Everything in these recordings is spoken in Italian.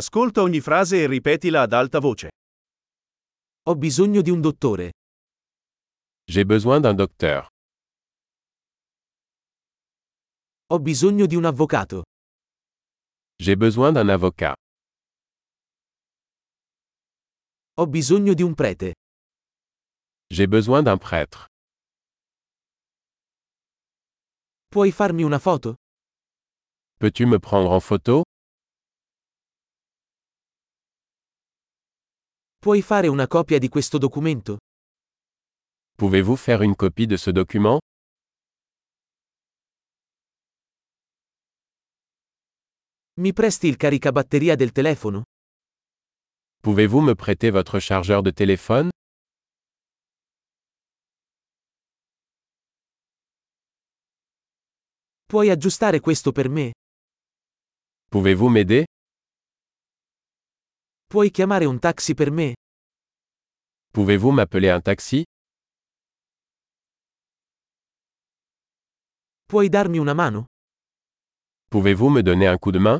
Ascolta ogni frase e ripetila ad alta voce. Ho bisogno di un dottore. J'ai besoin d'un docteur. Ho bisogno di un avvocato. J'ai besoin d'un avocat. Ho bisogno di un prete. J'ai besoin d'un prêtre. Puoi farmi una foto? Peux-tu me prendre en photo Puoi fare una copia di questo documento? Pouvez-vous faire une copie de ce document Mi presti il caricabatteria del telefono? Pouvez-vous me prêter votre chargeur de téléphone Puoi aggiustare questo per me? Pouvez-vous m'aider Puoi chiamare un taxi per me? Pouvez-vous m'appeler un taxi Puoi darmi una mano? Pouvez-vous me donner un coup de main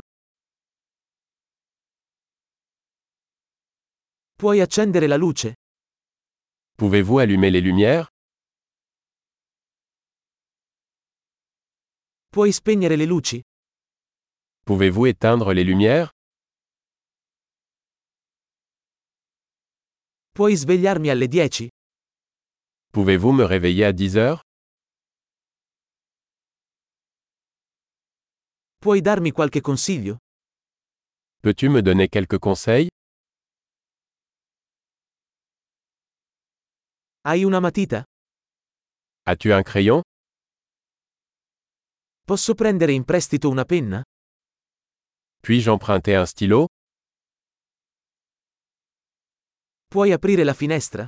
Puoi accendere la luce? Pouvez-vous allumer les lumières Puoi spegnere le luci? Pouvez-vous éteindre les lumières Puoi svegliarmi alle 10? Pouvez-vous me réveiller à 10 heures Puoi darmi qualche consiglio? Peux-tu me donner quelques conseils Hai una matita? As-tu un crayon Posso prendere in prestito una penna? Puis-je emprunter un stylo Puoi aprire la finestra?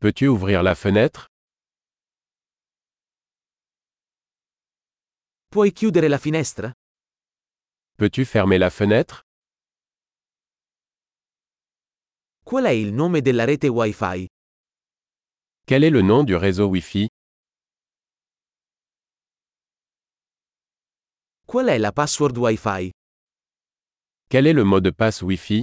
Peux-tu ouvrir la fenêtre Puoi chiudere la finestra? Peux-tu fermer la fenêtre Qual è il nome della rete Wi-Fi? Quel est le nom du réseau Wi-Fi Qual è la password Wi-Fi? Quel est le mot de passe Wi-Fi